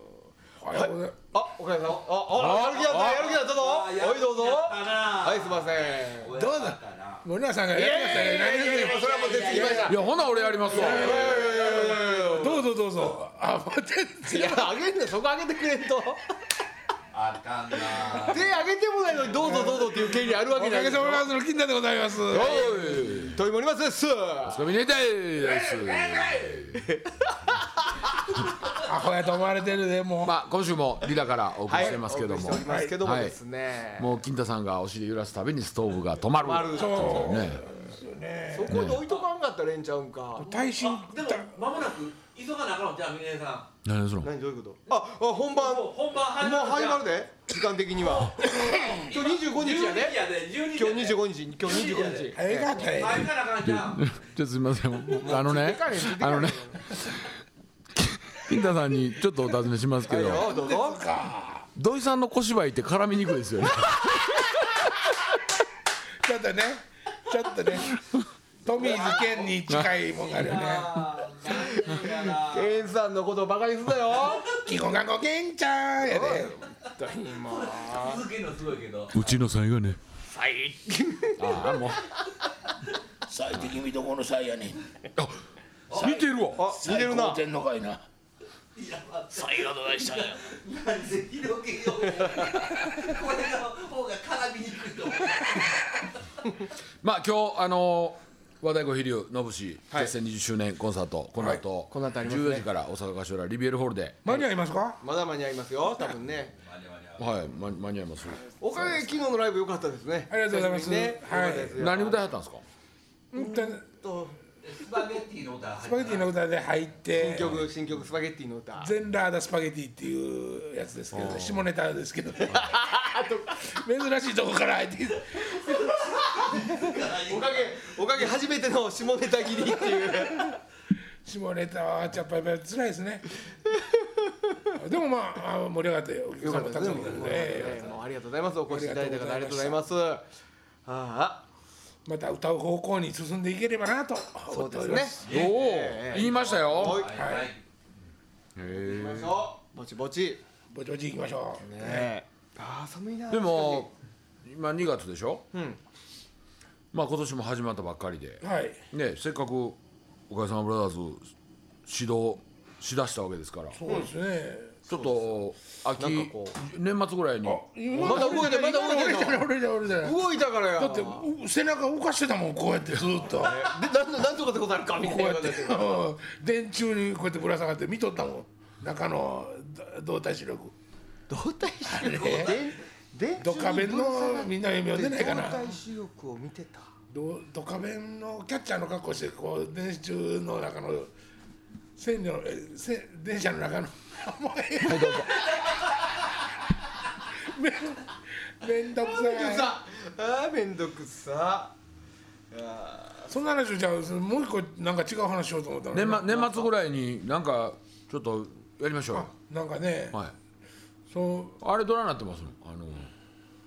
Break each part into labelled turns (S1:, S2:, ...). S1: い。あ、おかえりなさい。あ、あら、やる気だった、やる気だったぞ。おい、どうぞ。はい、すいません。
S2: どうだ森永さんがやりましたね何
S1: いやいやいやそれはもう出てきました
S2: いやほな俺やりますわ
S1: い
S2: どうぞどうぞあ待って
S1: やいや、あげるね、そこあげてくれん と。
S3: あかんなー
S1: 手あげてもないのに、どうぞどうぞっていう権利あるわ
S2: お
S1: けな
S2: か
S1: い
S2: げ
S1: で
S2: さ
S1: す
S2: ま
S1: よ。
S2: での金田でございます
S1: お
S2: お
S1: い、とりもりますです。
S2: つかみネタですアホやと思われてるでもう
S4: まあ今週もリラからお送りしてますけども、
S1: お送りしておりますけども
S4: はい
S1: ですね。
S4: もう金太さんがお尻揺らすたびにストーブが止まる
S1: ある
S2: そ
S4: ね
S1: そこに置いとかんかったらええんちゃうんか。
S2: 耐震
S3: あでも間もなく急がなあかんのじゃあ峰さん
S4: 何 その
S1: 何どういうこと？あ、あ本番
S3: もう
S1: も
S3: 本番
S1: う
S3: 始まる
S1: 始まるで。時間的には。今日二十五日やね。
S3: 12時やで
S1: 今日
S3: 12
S1: 25
S3: 時
S1: 日、今日25日。
S2: 早かった
S3: やで
S2: よ
S3: 前からあかんじゃん
S4: ちょっとすみませんあのねあのね金太さんにちょっとお尋ねしますけ
S1: はい
S4: ど
S1: よどうぞ。
S4: 土井さんの小芝居って絡みにくいですよね
S2: ちょっとねちょっとねトミーズ県に近いもんがあるよね
S3: あー何やな
S1: ケンさんのことをバカにすなよ。
S2: キコガコケンちゃんやで
S3: 続けるのすごいけど
S4: うちの才がね才ああもう
S5: 最低君どこの際やねん
S4: 似てるわ
S1: あ、似てるな。
S5: 天の会な最後どないしたんや
S3: なんで広げようやこれの方が絡みにくいと思う
S4: まあ今日あの和太鼓飛龍のぶし結成20周年コンサートこの後、
S1: この後ありますね
S4: 14時から大阪ガショラリビエルホールで
S2: 間に合いますか
S1: まだ間に合いますよ。多分ね。
S4: はい間間に合います
S1: おかげで昨日のライブ良かったですね。
S2: ありがとうございます
S1: ね。
S2: はい
S1: 良かったですよ
S4: 何歌いはったんですか
S2: うんと
S1: と
S3: スパゲッティの歌入
S2: ス
S3: っ
S2: パゲティの歌で入って
S1: 新曲新曲スパゲッティの歌。
S2: 全ラーダスパゲティっていうやつですけど下ネタですけ ど珍しいとこから入ってきて
S1: おかげおかげ初めての下ネタ切りっていう。
S2: 下ネタはやっぱり辛いですねでもまああ盛り上がってお客
S1: よ
S2: さ
S1: か
S2: ん
S1: っ
S2: も
S1: た
S2: た
S1: で
S2: くさ
S1: すね。
S2: ん来てくれてえ
S1: もう
S2: え
S1: ありがとうございます。お越しいただいた方ありがとうございます。ああ、
S2: また歌う方向に進んでいければなと
S1: そ
S2: 思
S1: う
S2: って
S1: で
S2: お
S1: す
S2: りま
S1: ね。
S2: す
S4: おお言いました
S1: は
S4: よ
S1: い、
S3: てはい
S1: 行きましょう。ぼちぼち。
S2: ぼちぼち行きましょう、
S1: ねえ。ああ、寒いな。
S4: でも今2月でしょ
S1: 確かに、
S4: まあ今年も始まったばっかりで
S2: はい
S4: ねせっかくおかげさまブラザーズ指導しだしたわけですからち
S2: そうですね、
S4: ょっと秋
S1: なんかこ
S4: 年末ぐらいに
S2: 今
S1: まだ動いてまだ動いてんの
S2: 俺じゃない俺じゃない俺じゃな
S1: う
S2: い
S1: ん。動いたからや。
S2: だってう背中動かしてたもんこうやってずっとこ
S1: で、なんと、なんとかってことあるかみたいうな
S2: やっ
S1: 感
S2: て
S1: じ
S2: う
S1: で。
S2: ん電柱にこうやってぶら下がって見とったもん中のど動体視力
S1: 動体視力を。
S2: あれ
S1: で、で、
S2: ドカベンのみんな読んでないか
S1: 動
S2: な
S1: 体視力を見てた。
S2: どドカベンのキャッチャーの格好してこう電柱の中の線路のえ線電車の中 のもうええめんめんどく
S1: めんどく
S2: さい
S1: さ。ああ、めんどくさ。あ
S2: そんな話をじゃあもう一個なんか違う話しようと思ったの
S4: 年末年末ぐらいになんかちょっとやりましょうよ
S2: なんかね、
S4: はい
S2: そう
S4: あれどらなってますのあの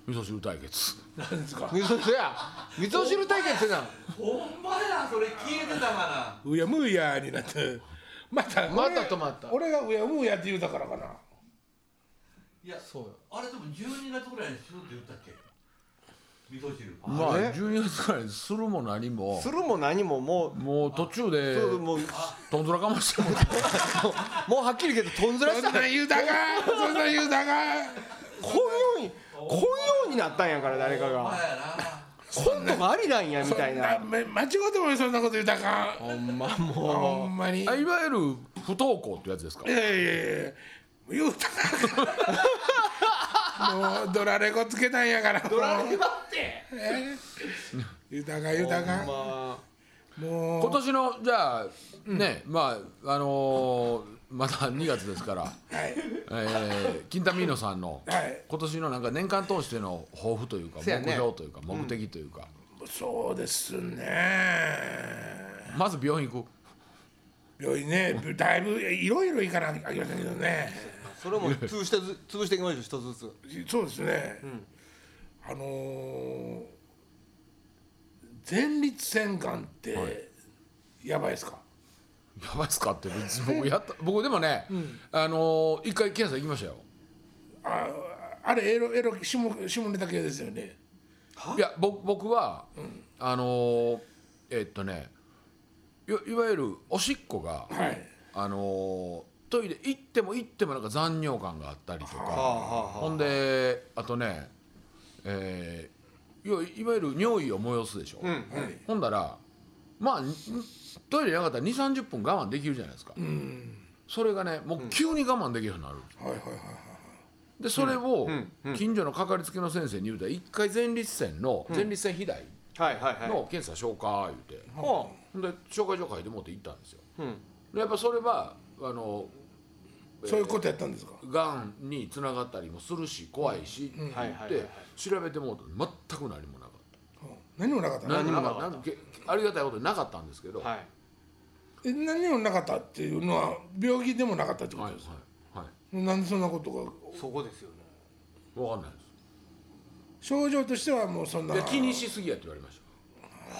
S4: 味噌汁対決
S2: なんですか
S1: あ。味噌汁や。味噌汁対決やな。
S3: ほんまやそれ消えてたか
S2: うやむやになってまた
S1: また
S2: 俺
S1: 止まった
S2: 俺がうやむやって言うたからかな
S3: ないや
S1: そうよ。
S3: あれでも12月ぐらいにするって言ったっけ味噌汁
S4: まあ
S1: あれ
S4: 12月ぐらいにするも何も
S1: するも何ももう。
S4: もう途中で
S1: そうもう
S4: とんずらかましてもらって
S1: もうはっきり言うけどとんずら
S2: そ
S1: し
S2: ん
S1: た
S2: なん言うたかそんなん言うたか
S1: こんようにこんようになったんやから誰か
S3: まあ
S1: が
S3: やな
S1: コントがありなんやみたいな
S2: そんめ間違ってもそんなこと言うたか
S1: ほんま
S2: ほ
S1: も
S2: んまにい
S4: あ
S2: やい
S4: いわゆる不登校ってやつですか
S2: やいやいや言うたかもうドラレコつけたんやからドラレコって言うたか言うた
S1: う
S2: か
S1: まあ
S2: も
S4: 今年のじゃあね、まああのーまだ2月ですから、
S2: うはい
S4: えー、金タミーノさんの
S2: はい
S4: 今年のなんか年間通しての抱負というか目
S1: せやね
S4: 標というか目的というか、
S2: そうですね
S4: まず病院行く
S2: 病院ねだいぶいろいろいかなきゃいけませんけどね
S1: それも潰してず潰していきましょう一つずつ
S2: そうですね、あのー前立腺がんってやばいですか、
S4: やばいっすかって別に僕やった僕でもね、あのー一回検査行きましたよ
S2: ああれエロエロ下下ネタ系ですよね
S4: いや僕僕は、あのーえっとねいいわゆるおしっこが、
S2: はい
S4: あのートイレ行っても行ってもなんか残尿感があったりと
S1: あは
S4: か
S1: あはあ
S4: ほんであとね、えー要はいわゆる尿意を催すでしょ、ほんだらまあにトイレなかったら2 3 0分我慢できるじゃないですか、それがねもう急に我慢できるようになる、
S2: はいはいはい
S4: でそれを近所のかかりつけの先生に言うたら一回前立腺の前立腺肥大
S1: はいはいはい
S4: の検査消化言うて、
S1: ほ
S4: ほんで紹介状書いて持って行ったんですよ
S1: ううん
S4: でやっぱそれはあの
S2: そういうことやったんですか
S4: がんにつながったりもするし怖いしって言
S1: はいはい
S4: っ
S1: はいは
S4: て
S1: い
S4: 調べてもうと全く何もなかっ
S2: 何もなかった
S4: た
S2: の
S4: 何もな
S1: 何も
S4: か
S1: な
S4: っ
S1: か
S4: た
S1: っ
S4: けありがたいことになかったんですけど、
S1: はい
S2: え何もなかったっていうのは病気でもなかったってこ
S4: はい
S2: と
S4: は
S2: ですか、
S4: いはい
S2: なんでそんなことが
S1: そこですよね
S4: 分かんないで
S2: 症状としてはもうそんな
S4: すで気にしすぎやって言われまし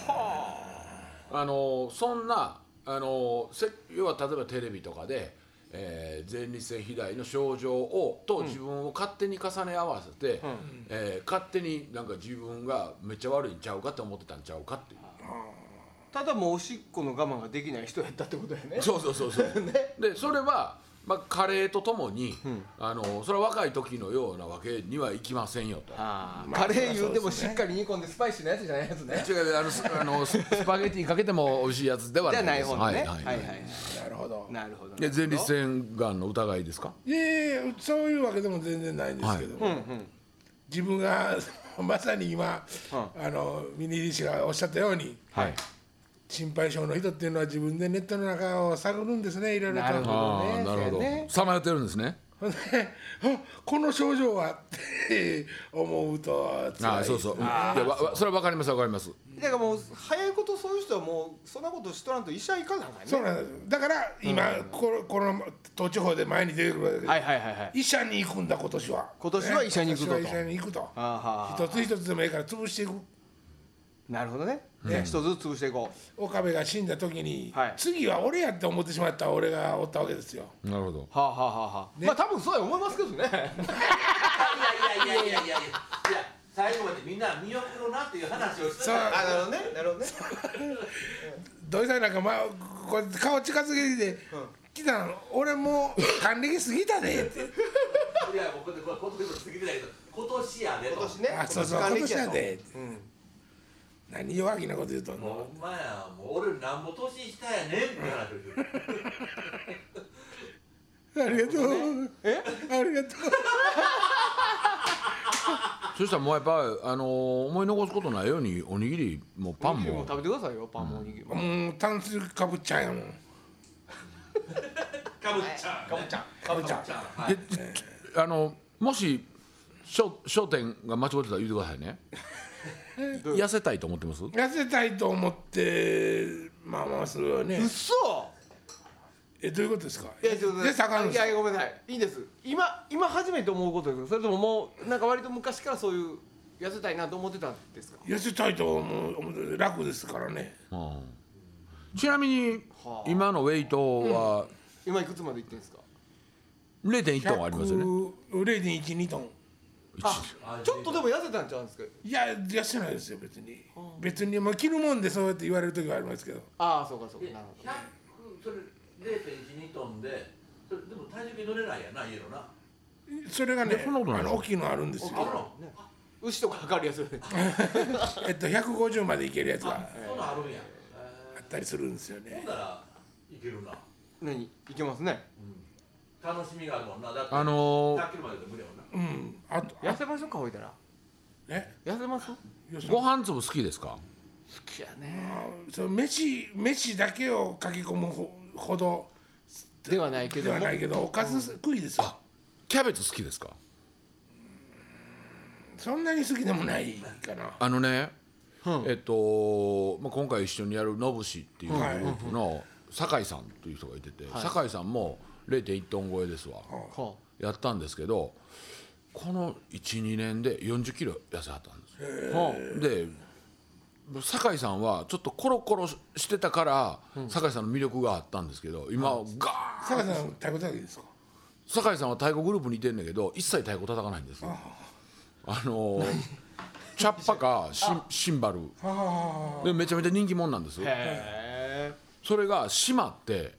S4: たあのそんなあのせ要は例えばテレビとかで、えー前立腺肥大の症状をと自分を勝手に重ね合わせて、えー勝手になんか自分がめっちゃ悪いんちゃうかって思ってたんちゃうかっていう
S1: ただもうおしっこの我慢ができない人やったってことやね
S4: そうそうそうそう でそれは、まあ、加齢とともに、あのそれは若い時のようなわけにはいきませんよと。
S1: あー
S2: まあ
S1: カレー言うても
S2: そ
S1: し
S2: うですね
S1: っかり煮込んでスパイシーなやつじゃないやつね
S4: 違うあのス あのススパゲティにかけても美味しいやつでは
S1: じ
S4: な
S1: ゃ ない
S4: いです
S1: 方のね
S4: は
S1: はいい
S4: は
S1: はいい
S4: は
S1: はいい
S2: なるほど
S1: なるほど
S4: で前立腺がんの疑いですか
S2: いえいえそういうわけでも全然ないんですけども、自分が まさに今、あのミニリ氏がおっしゃったように
S4: はい
S2: 心配性の人っていうのは自分でネットの中を探るんですねいろいろと
S1: なるほど
S4: ああ
S1: ね
S4: なるほ
S1: そう
S4: ど
S1: やね
S4: さまよってるんですね
S2: ほんであこの症状はって思うと辛い
S4: ああそうそううんいやわわそれはわかりますわかります
S1: だからもう早いことそういう人はもうそんなことしとらんと医者行かなあかんね
S2: そうなんですだから今、このこの都地方で前に出てくるわけです、
S1: はいはいはいはい
S2: 医者に行くんだ今年は
S1: 今年は医者に行くぞと
S2: 今年は医者に行くと
S1: あーはー
S2: 一つ一つでもいいから潰していく
S1: なるほどねね一つずつ潰していこう
S2: 岡部が死んだ時に、
S1: はい
S2: 次は俺やって思ってしまった俺がおったわけですよ
S4: なるほど
S1: はあはあはあはあまあ多分そうや思いますけどね
S3: いやいやいやいやいやいや最後までみんな見送ろうなっていう話をして
S2: そう
S3: た
S1: あなるほどねなるほどね
S2: 土井さんなんか、まあ、こうやって顔近づけて、来たの俺も う還暦過ぎたでって
S3: いや僕でこれ今年過ぎてないけど今年やでと
S1: 今年ね
S2: あそうそう
S1: 管
S2: 今
S1: 理
S2: 年
S1: 権
S2: や
S1: の
S2: でって
S1: うん
S2: 何弱気なこと言うとんの
S3: もうお前やもう俺なんぼ年下やねんって話をしてる
S2: ありがとう
S1: え
S2: ありがと
S4: そしたらもうやっぱあのー思い残すことないようにおにぎりもパ
S1: パ
S4: ン
S1: ン
S4: も
S1: も食べてくださいよパンもおにぎり
S2: う
S1: も
S2: もう炭水かぶっちゃんやもん
S3: かぶっちゃんかぶっちゃんかぶっちゃんはい
S4: であのもし商商店が間違ってたら言ってくださいね痩せたいと思ってます
S2: 痩せたいと思ってまあまあするよね
S1: うっそ
S2: えどういうことですか
S1: いやちょっと
S2: で坂の
S1: いやごめんなさいいいです今今初めて思うことですかそれとももうなんか割と昔からそういう痩せたいなと思ってたんですか
S2: 痩せたいと思う思う楽ですからね
S4: うんちなみに
S1: はあ
S4: 今のウェイトは
S1: 今いくつまでいってんですか
S4: 0.1トンありますよね。
S2: 0.12トン
S1: あちょっとでも痩せたんちゃうんですか
S2: いや痩せないですよ別に別にまあ着るもんでそうやって言われる時はありますけど
S1: ああそうかそう
S3: で
S1: かなるほど
S3: 100それ0.12トンでそれでも体重計乗れないやな家のな
S2: それがね
S4: いやそんなことない
S2: あの大きいのあるんです
S3: あ
S2: よ
S3: の
S1: ね牛とか測るやつよね
S2: えっと150までいけるやつが
S3: そんなんあるんや
S2: あったりするんですよ
S3: ほん
S2: ね
S3: ならいけるな
S1: 何いけますね
S3: 楽しみがあるもんなだって
S4: あのー
S3: 100キロまでで無理やもんな
S2: うんあと
S1: 痩せましょうかほいたら
S2: ね
S1: 痩せます好
S2: よそ
S4: ご飯粒好きですか。
S1: きやね
S2: あその飯飯だけをかき込むほほど
S1: ではない
S2: で
S1: けど
S2: は
S1: も
S2: ないけどおかず食いですよ
S4: キャベツ好きですか。
S2: そんなに好きでもないかな
S4: あのね、えっと、まあ、今回一緒にやるのぶしっていうグループの酒井さんという人がいてて、酒井さんも0.1トン超えですわ。
S1: は
S4: やったんですけど、この1、2年で40キロ痩せはったんですよ。
S1: あは
S4: で酒井さんはちょっとコロコロしてたから、酒井さんの魅力があったんですけど今ガーン
S2: 坂田さん食べたわけですか
S4: 酒井さんは太鼓グループにいてんねんけど一切太鼓叩かないんですよあのーチャッパかシンシンバルでめちゃめちゃ人気者なんです
S1: へ
S4: それが閉まって、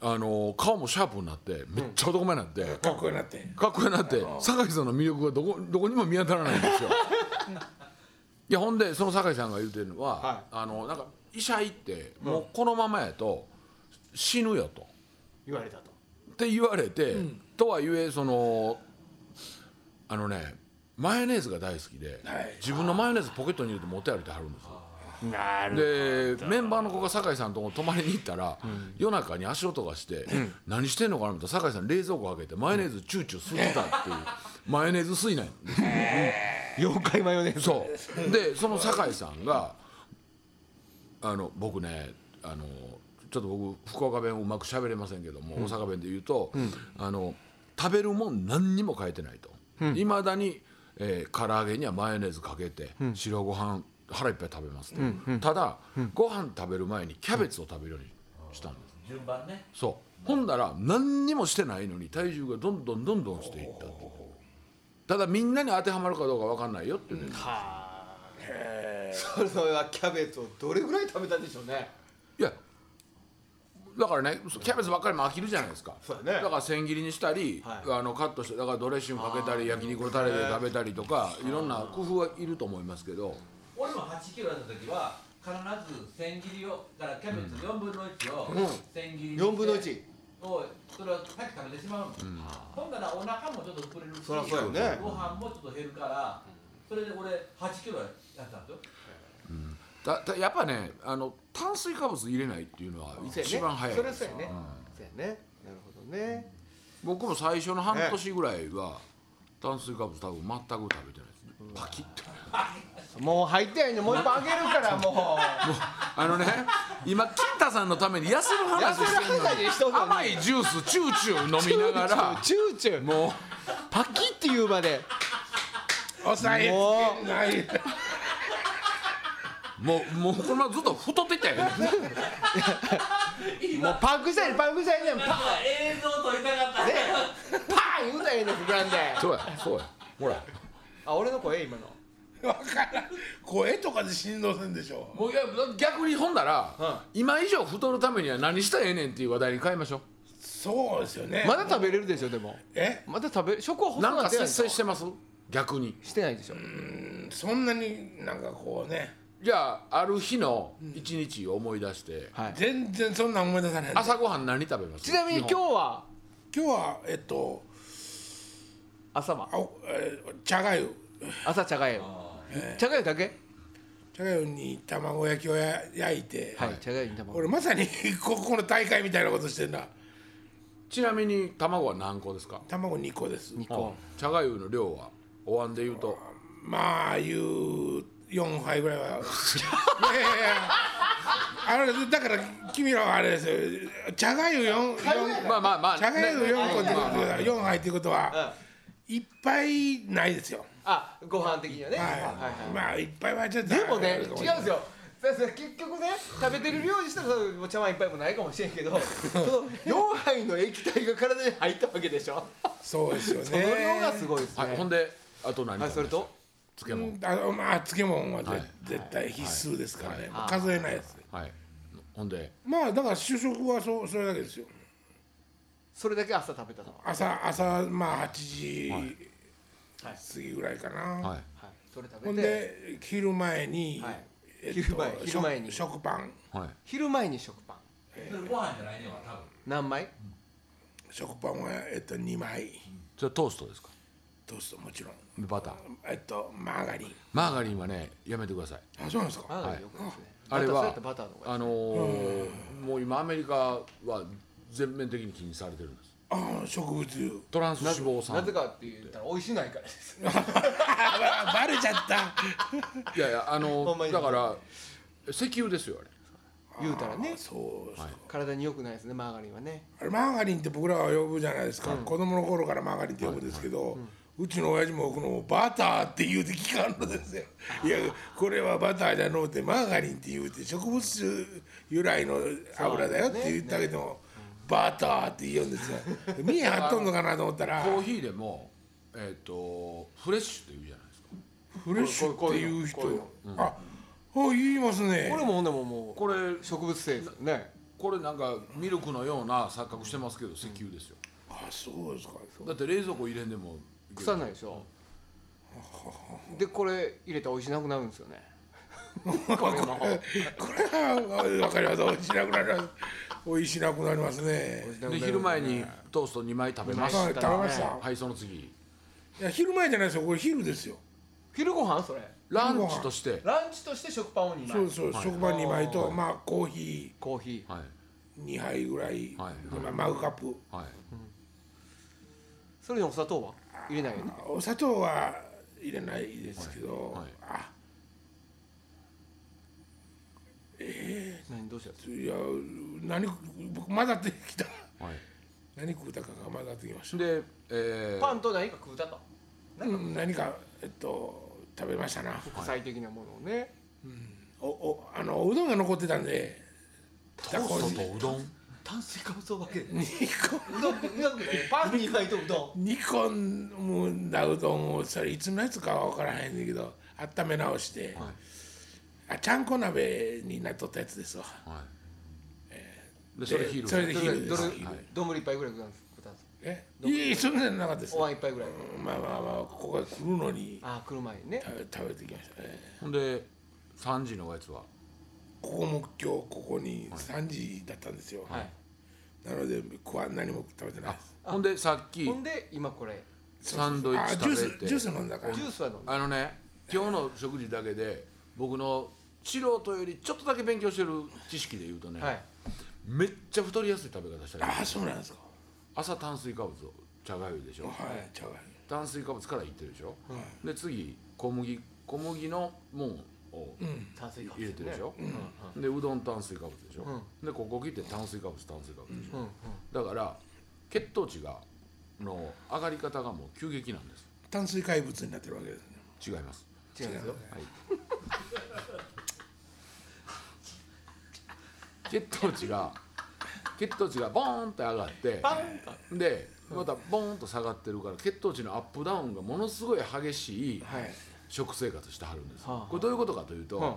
S4: あのー顔もシャープになってめっちゃ男前になって、
S2: かっこよくなって
S4: かっこよくなって酒井さんの魅力がどこどこにも見当たらないんですよいやほんでその酒井さんが言うてるのは、
S1: はい
S4: あのなんか医者行ってもうこのままやと死ぬよと
S1: 言われたと
S4: って言われて、とはいえそのあのねマヨネーズが大好きで、
S2: はい
S4: 自分のマヨネーズポケットに入れて持って歩いてはるんですよ
S1: な
S4: でメンバーの子が酒井さんのとこ泊まりに行ったら、夜中に足音がして、何してんのかなと思ったら酒井さん冷蔵庫開けてマヨネーズチューチュー吸ってたっていう、マヨネーズ吸いないんです
S1: 妖怪マヨネーズ
S4: そうでその酒井さんが「あの僕ねあのちょっと僕福岡弁うまく喋れませんけども、大阪弁で言うと、あの食べるもん何にも変えてないといま、未だに、えー、唐揚げにはマヨネーズかけて、白ご飯腹いっぱい食べますと、ただ、ご飯食べる前にキャベツを食べるようにしたんです。
S3: 順番ね
S4: そうほんだら何にもしてないのに体重がどんどんどんどんしていったとただみんなに当てはまるかどうか分かんないよっていうね、
S1: それはキャベツをどれぐらい食べたんでしょうね
S4: いやだからねキャベツばっかりも飽きるじゃないですか
S1: そうだね
S4: から千切りにしたり、
S1: はい
S4: あのカットしてだからドレッシングかけたり焼肉のタレで食べたりとかいろんな工夫はいると思いますけど
S3: 俺も8キロだった時は必ず千切りをだからキャベツ4分の1を千切りにして
S1: 4分の1
S3: をそれをさっき食べてしまうの、ほんならお腹もちょっと膨れるし
S1: そらそうやね
S3: ご飯もちょっと減るからそれで俺8キロやったんですよ
S4: だだやっぱねあの炭水化物入れないっていうのは一番早い
S1: そ
S4: で
S1: れは
S4: す
S1: そうやねそうやねなるほどね
S4: 僕も最初の半年ぐらいは炭水化物多分全く食べてないですねパキッて
S1: もう入ってないんでもう一本あげるからも
S4: あのね今金太さんのために痩せる
S1: う痩
S4: 話
S1: せる
S4: してるの
S1: 話
S4: に
S1: にしとんのに
S4: 甘いジュースチューチュー飲みながら
S1: チューチューチューチュー
S4: もう
S1: パキって言うまで
S2: 抑えつけない
S4: もうもうこのままずっと太っていったよね
S1: もうパンクしたいねパンクしたいねパン
S3: なんか映像撮りたかった
S1: ねパン言うたらええねん膨らんで
S4: そうやそうやほら
S1: あ俺の声今の
S2: わからん声とかで振動するんでしょ
S4: もういや逆にほんなら、今以上太るためには何したらええねんっていう話題に変えましょ
S2: そうですよね
S1: まだ食べれるでしょでも
S2: え
S1: まだ食べ食は
S4: う
S1: 細
S4: なん
S1: くな
S4: か
S1: ってない
S4: 節
S1: でしょ
S4: 制してます逆に
S1: してないでしょ
S2: そんなになんかこうね
S4: じゃあある日の一日を思い出して、
S1: はい
S2: 全然そんなん思い出さない
S4: 朝ごはん何食べます
S1: ちなみに今
S4: 基
S1: 日
S4: 本
S1: は
S2: 今日はえっと
S1: 朝は
S2: あ、えー茶がゆ
S1: 朝茶がゆ茶がゆだけ
S2: 茶がゆに卵焼きをや焼いて、
S1: はい茶がゆに卵
S2: 俺まさに ここの大会みたいなことしてんな
S4: ちなみに卵は何個ですか
S2: 卵2個です
S1: 2個
S4: 茶がゆの量はお椀で言うと
S2: まあいう4杯 ぐらいはいやいやいやあれだから君らはあれですよ茶がゆ4
S4: まあまあまあ
S2: 茶がゆ
S4: ね
S2: 4個ってことは4杯ってことは一杯ないですよ
S1: あご飯的にはね
S2: はい、
S1: はいはい
S2: まあ一杯はちょっと
S1: でもね違うん
S2: あ
S1: で
S2: れかもし
S1: すよだから結局ね食べてる量にしたらそのお茶碗一杯もないかもしれんけどその4杯の液体が体に入ったわけでしょ
S2: そうですよね
S1: その量がすごいですね
S4: はいほんであと何
S1: はいそれと
S4: 食べま
S2: あのまあ漬物はぜ、
S4: はい
S2: 絶対必須ですからね、もう数えないです
S4: すかはいほんで
S2: まあだから主食はそうそれだけですよ
S1: それだけ朝食べたのは
S2: 朝朝まあ8時
S1: はい
S2: 過ぎぐらいかな、
S4: はい
S1: はいそれ
S2: ほ
S1: 食
S2: ん
S1: べて
S2: で昼前に、
S1: はい
S2: えっと
S1: 昼前昼前に
S2: 食食パン
S4: はい
S1: 昼前に食パン
S3: それご飯じゃないねわ多分
S1: 何枚
S2: 食パンはえっと2枚
S4: それトーストですか
S2: トーストもちろん
S4: バター
S2: えっとマーガリン
S4: マーガリンはねやめてください
S2: あそうなんですか
S1: あ
S2: あ
S1: あよくですね
S4: あれ
S1: バターそうやっ
S4: は
S1: たらバターの方がいい
S4: あのーもう今アメリカは全面的に禁止されてるんです
S2: あ植物 油
S4: トランス脂肪
S1: な
S4: 酸
S1: ぜかって言ったら美味しないからです
S2: あバレちゃった
S4: いやいやあ
S1: ほ
S4: の
S1: んま
S4: ー
S1: に
S4: だから石油ですよあれ
S1: 言うたらね
S2: そうそう
S1: 体に良くないですねマーガリンはね
S2: あれマーガリンって僕らは呼ぶじゃないですか、子供の頃からマーガリンって呼ぶんですけど、うちの親父もこのバターって言うて聞かんのですよいやこれはバターじゃのうてマーガリンって言うて植物由来の油だよって言ってあげても、バターって言うんですよ見え張っとんのかなと思ったら
S4: コーヒーでも、えっとフレッシュって言うじゃないですか
S2: フレッシュっていう人
S1: こういうの
S2: あ、あ言いますね
S1: これもほんでももう
S4: これ
S1: 植物性ですね
S4: これなんかミルクのような錯覚してますけど石油ですよ
S2: あそうですか
S4: だって冷蔵庫入れんでも
S1: 腐らないでしょでこれ入れたら美味しなくなるんですよねこれも
S2: これは分かります美味しなくなります美味しなくなりますね
S4: で昼前にトースト2枚食べま
S2: あ
S4: し
S2: 食べました、
S4: たはいその次
S2: いや昼前じゃないですよこれ昼ですよ
S1: 昼ご飯それ
S4: ランチとして
S1: ランチとして食パンを2
S2: そう
S1: 枚
S2: ですそうです、食パン2枚とまあコーヒ
S1: コーヒー
S4: はい
S2: ー2杯ぐらい、
S4: はい
S2: まあマグカップ
S4: はい
S1: それにお砂糖は入れないよね
S2: お砂糖は入れないですけど、
S4: はいはい
S2: あ
S1: 何どうしたんですか
S2: いや何僕混ざってきた
S4: はい
S2: 何食うたかが混ざってきました
S4: でえー
S1: パンと何か食うたと
S2: うん何かえっと食べましたな
S1: 副菜的なものをね
S2: おおあのおうどんが残ってたんで
S4: トーストとうどん
S1: 炭水化物だけ
S2: 煮込
S1: うどんうどんねパン2枚とうど
S2: 煮込んだうどんをそれいつのやつかは分からへんねんけど温め直して、あちゃんこ鍋になっとったやつですわ
S4: はいでそれ
S2: で
S4: 昼
S2: それで
S1: んどれ
S2: 昼で
S1: ど
S2: す
S1: れ
S2: はい
S1: 丼一杯ぐらい食ったんです
S2: えいえいえそんなんなかったです
S1: お椀一杯ぐらい
S2: うんまあまあまあここが来るのに
S1: ああ来る前にね
S2: 食べ食べてきましたね
S4: ほんで3時のおやつは
S2: ここも今日ここに3時だったんですよ、
S1: はい
S2: なのでこは何も食べてないです
S4: ほんでさっき
S1: ほんで今これ
S4: サンドイッチ
S2: あジュー
S4: 食べ
S2: ス
S4: て
S2: ジュース飲んだから
S1: ジュースは飲んで
S4: あのね今日の食事だけで僕の素人よりちょっとだけ勉強してる知識で言うとね、
S1: はい
S4: めっちゃ太りやすい食べ方したり
S2: ああそうなんですか
S4: 朝炭水化物を茶がゆでしょ
S2: はいちゃうわ
S4: 炭水化物からいってるでしょ、で次小麦小麦のもんを
S1: 炭水化物
S4: 入れてるでしょ、でうどん炭水化物でしょ、でここ切って炭水化物炭水化物でしょ、
S1: うんうん
S4: だから血糖値がの上がり方がもう急激なんです
S2: 炭水化物になってるわけですね
S4: 違います
S1: 違うんですよ
S4: 血糖値が血糖値がボーンって上がって
S1: パンか
S4: でまたボーンと下がってるから血糖値のアップダウンがものすごい激しい
S2: はい
S4: 食生活してはるんです、
S1: はあはあ
S4: これどういうことかというと、
S1: はあ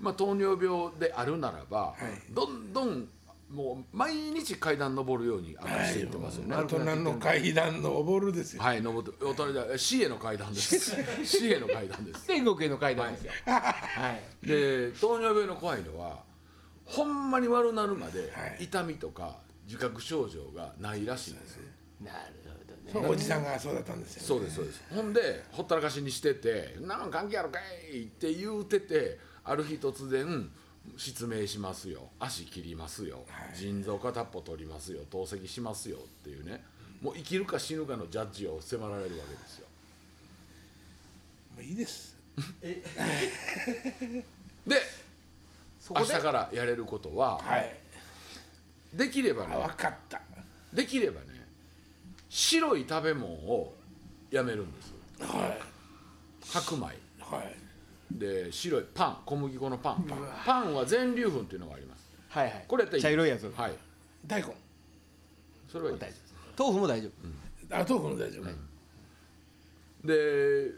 S4: まあ、糖尿病であるならば、
S2: い
S4: どんどんもう毎日階段登るようにあのしていってますよね。
S2: 大人の階段のおぼるですよ。
S4: はい、登って、おとりだ、え死への階段 です。死への階段です。
S1: 天国への階段ですよはい
S4: で、糖尿病の怖いのは、ほんまに悪なるまで、
S2: はい
S4: 痛みとか自覚症状がないらしいんですよ。
S1: なるほどね
S2: そうおじさんがそうだったんですよ。
S4: そうですそうですほんでほったらかしにしてて「なん関係あるかい!」って言うててある日突然失明しますよ足切りますよ、腎臓片っぽ取りますよ透析しますよっていうねもう生きるか死ぬかのジャッジを迫られるわけですよ
S2: もういいです。
S4: で
S1: そ
S4: 明
S1: こ
S4: 日
S1: で
S4: からやれることは、
S2: はい。
S4: できれば
S2: あ
S4: ね
S2: わかった。
S4: できればね白い食べ物をやめるんです
S2: はい
S4: 白米
S2: はい
S4: で白いパン小麦粉のパンパンは全粒粉っていうのがあります
S1: はいはい
S4: これやったら
S1: 茶色いやつ
S4: はい
S2: 大根。
S4: それはいい
S1: 大丈夫豆腐も大丈夫
S2: あ豆腐の大丈夫。
S4: で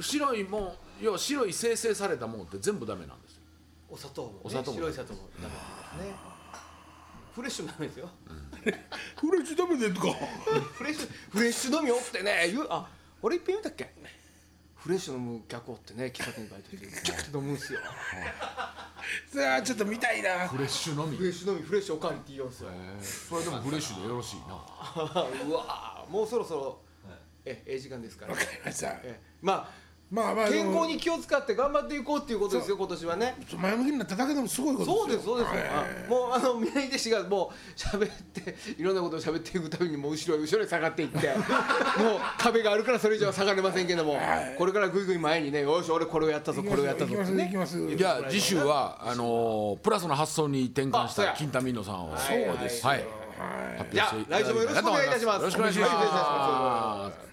S4: 白いもん要は白い生成されたもんって全部ダメなんですよ
S1: お砂糖も
S4: お砂糖も
S1: 白い砂糖もダメなんですねフレッシュもダメですよ
S2: フレッシュ食べてんのか。
S1: フレッシュフレッシュ飲みおってね言うあ俺一遍言うたっけフレッシュ飲む客おってね喫茶店にバイト してキュッと飲むんすよ
S2: さあちょっと見たいな。
S4: フレッシュのみ
S1: フレッシュ飲みフレッシュおかんって言うんすよ
S4: それでもフレッシュでよろしいな
S1: うわーもうそろそろえええ時間ですから
S2: わかりました。
S1: えま
S2: まあまあ
S1: あ
S2: で
S1: 健
S2: も
S1: 康に気を使って頑張っていこうっていうことですよ今年はね
S2: 前向きになっただけでもすごいこと
S1: そうです
S2: よ
S1: そうです、あもうあの宮井弟子がもう喋っていろんなことを喋っていくたびにもう後ろへ後ろへ下がってい ってもう壁があるからそれ以上は下がれませんけども、これからぐいぐい前にねよし俺これをやったぞこれをやった
S2: 行き
S1: ぞっ
S2: ま
S1: て
S2: す行
S1: ね
S2: きます。行き
S4: じ
S2: ます
S4: ゃあ次週はあのープラスの発想に転換し
S1: あそう
S4: た
S1: や
S4: 金田美乃さんを
S1: そうですよ
S4: はい
S2: はい。
S4: 発表
S1: じゃ
S4: し
S1: あ
S4: ていただ
S1: 来
S4: きた
S1: 週もよろしくお願いいたします
S4: よろしくお願いし
S1: よろしくお願いし
S4: ます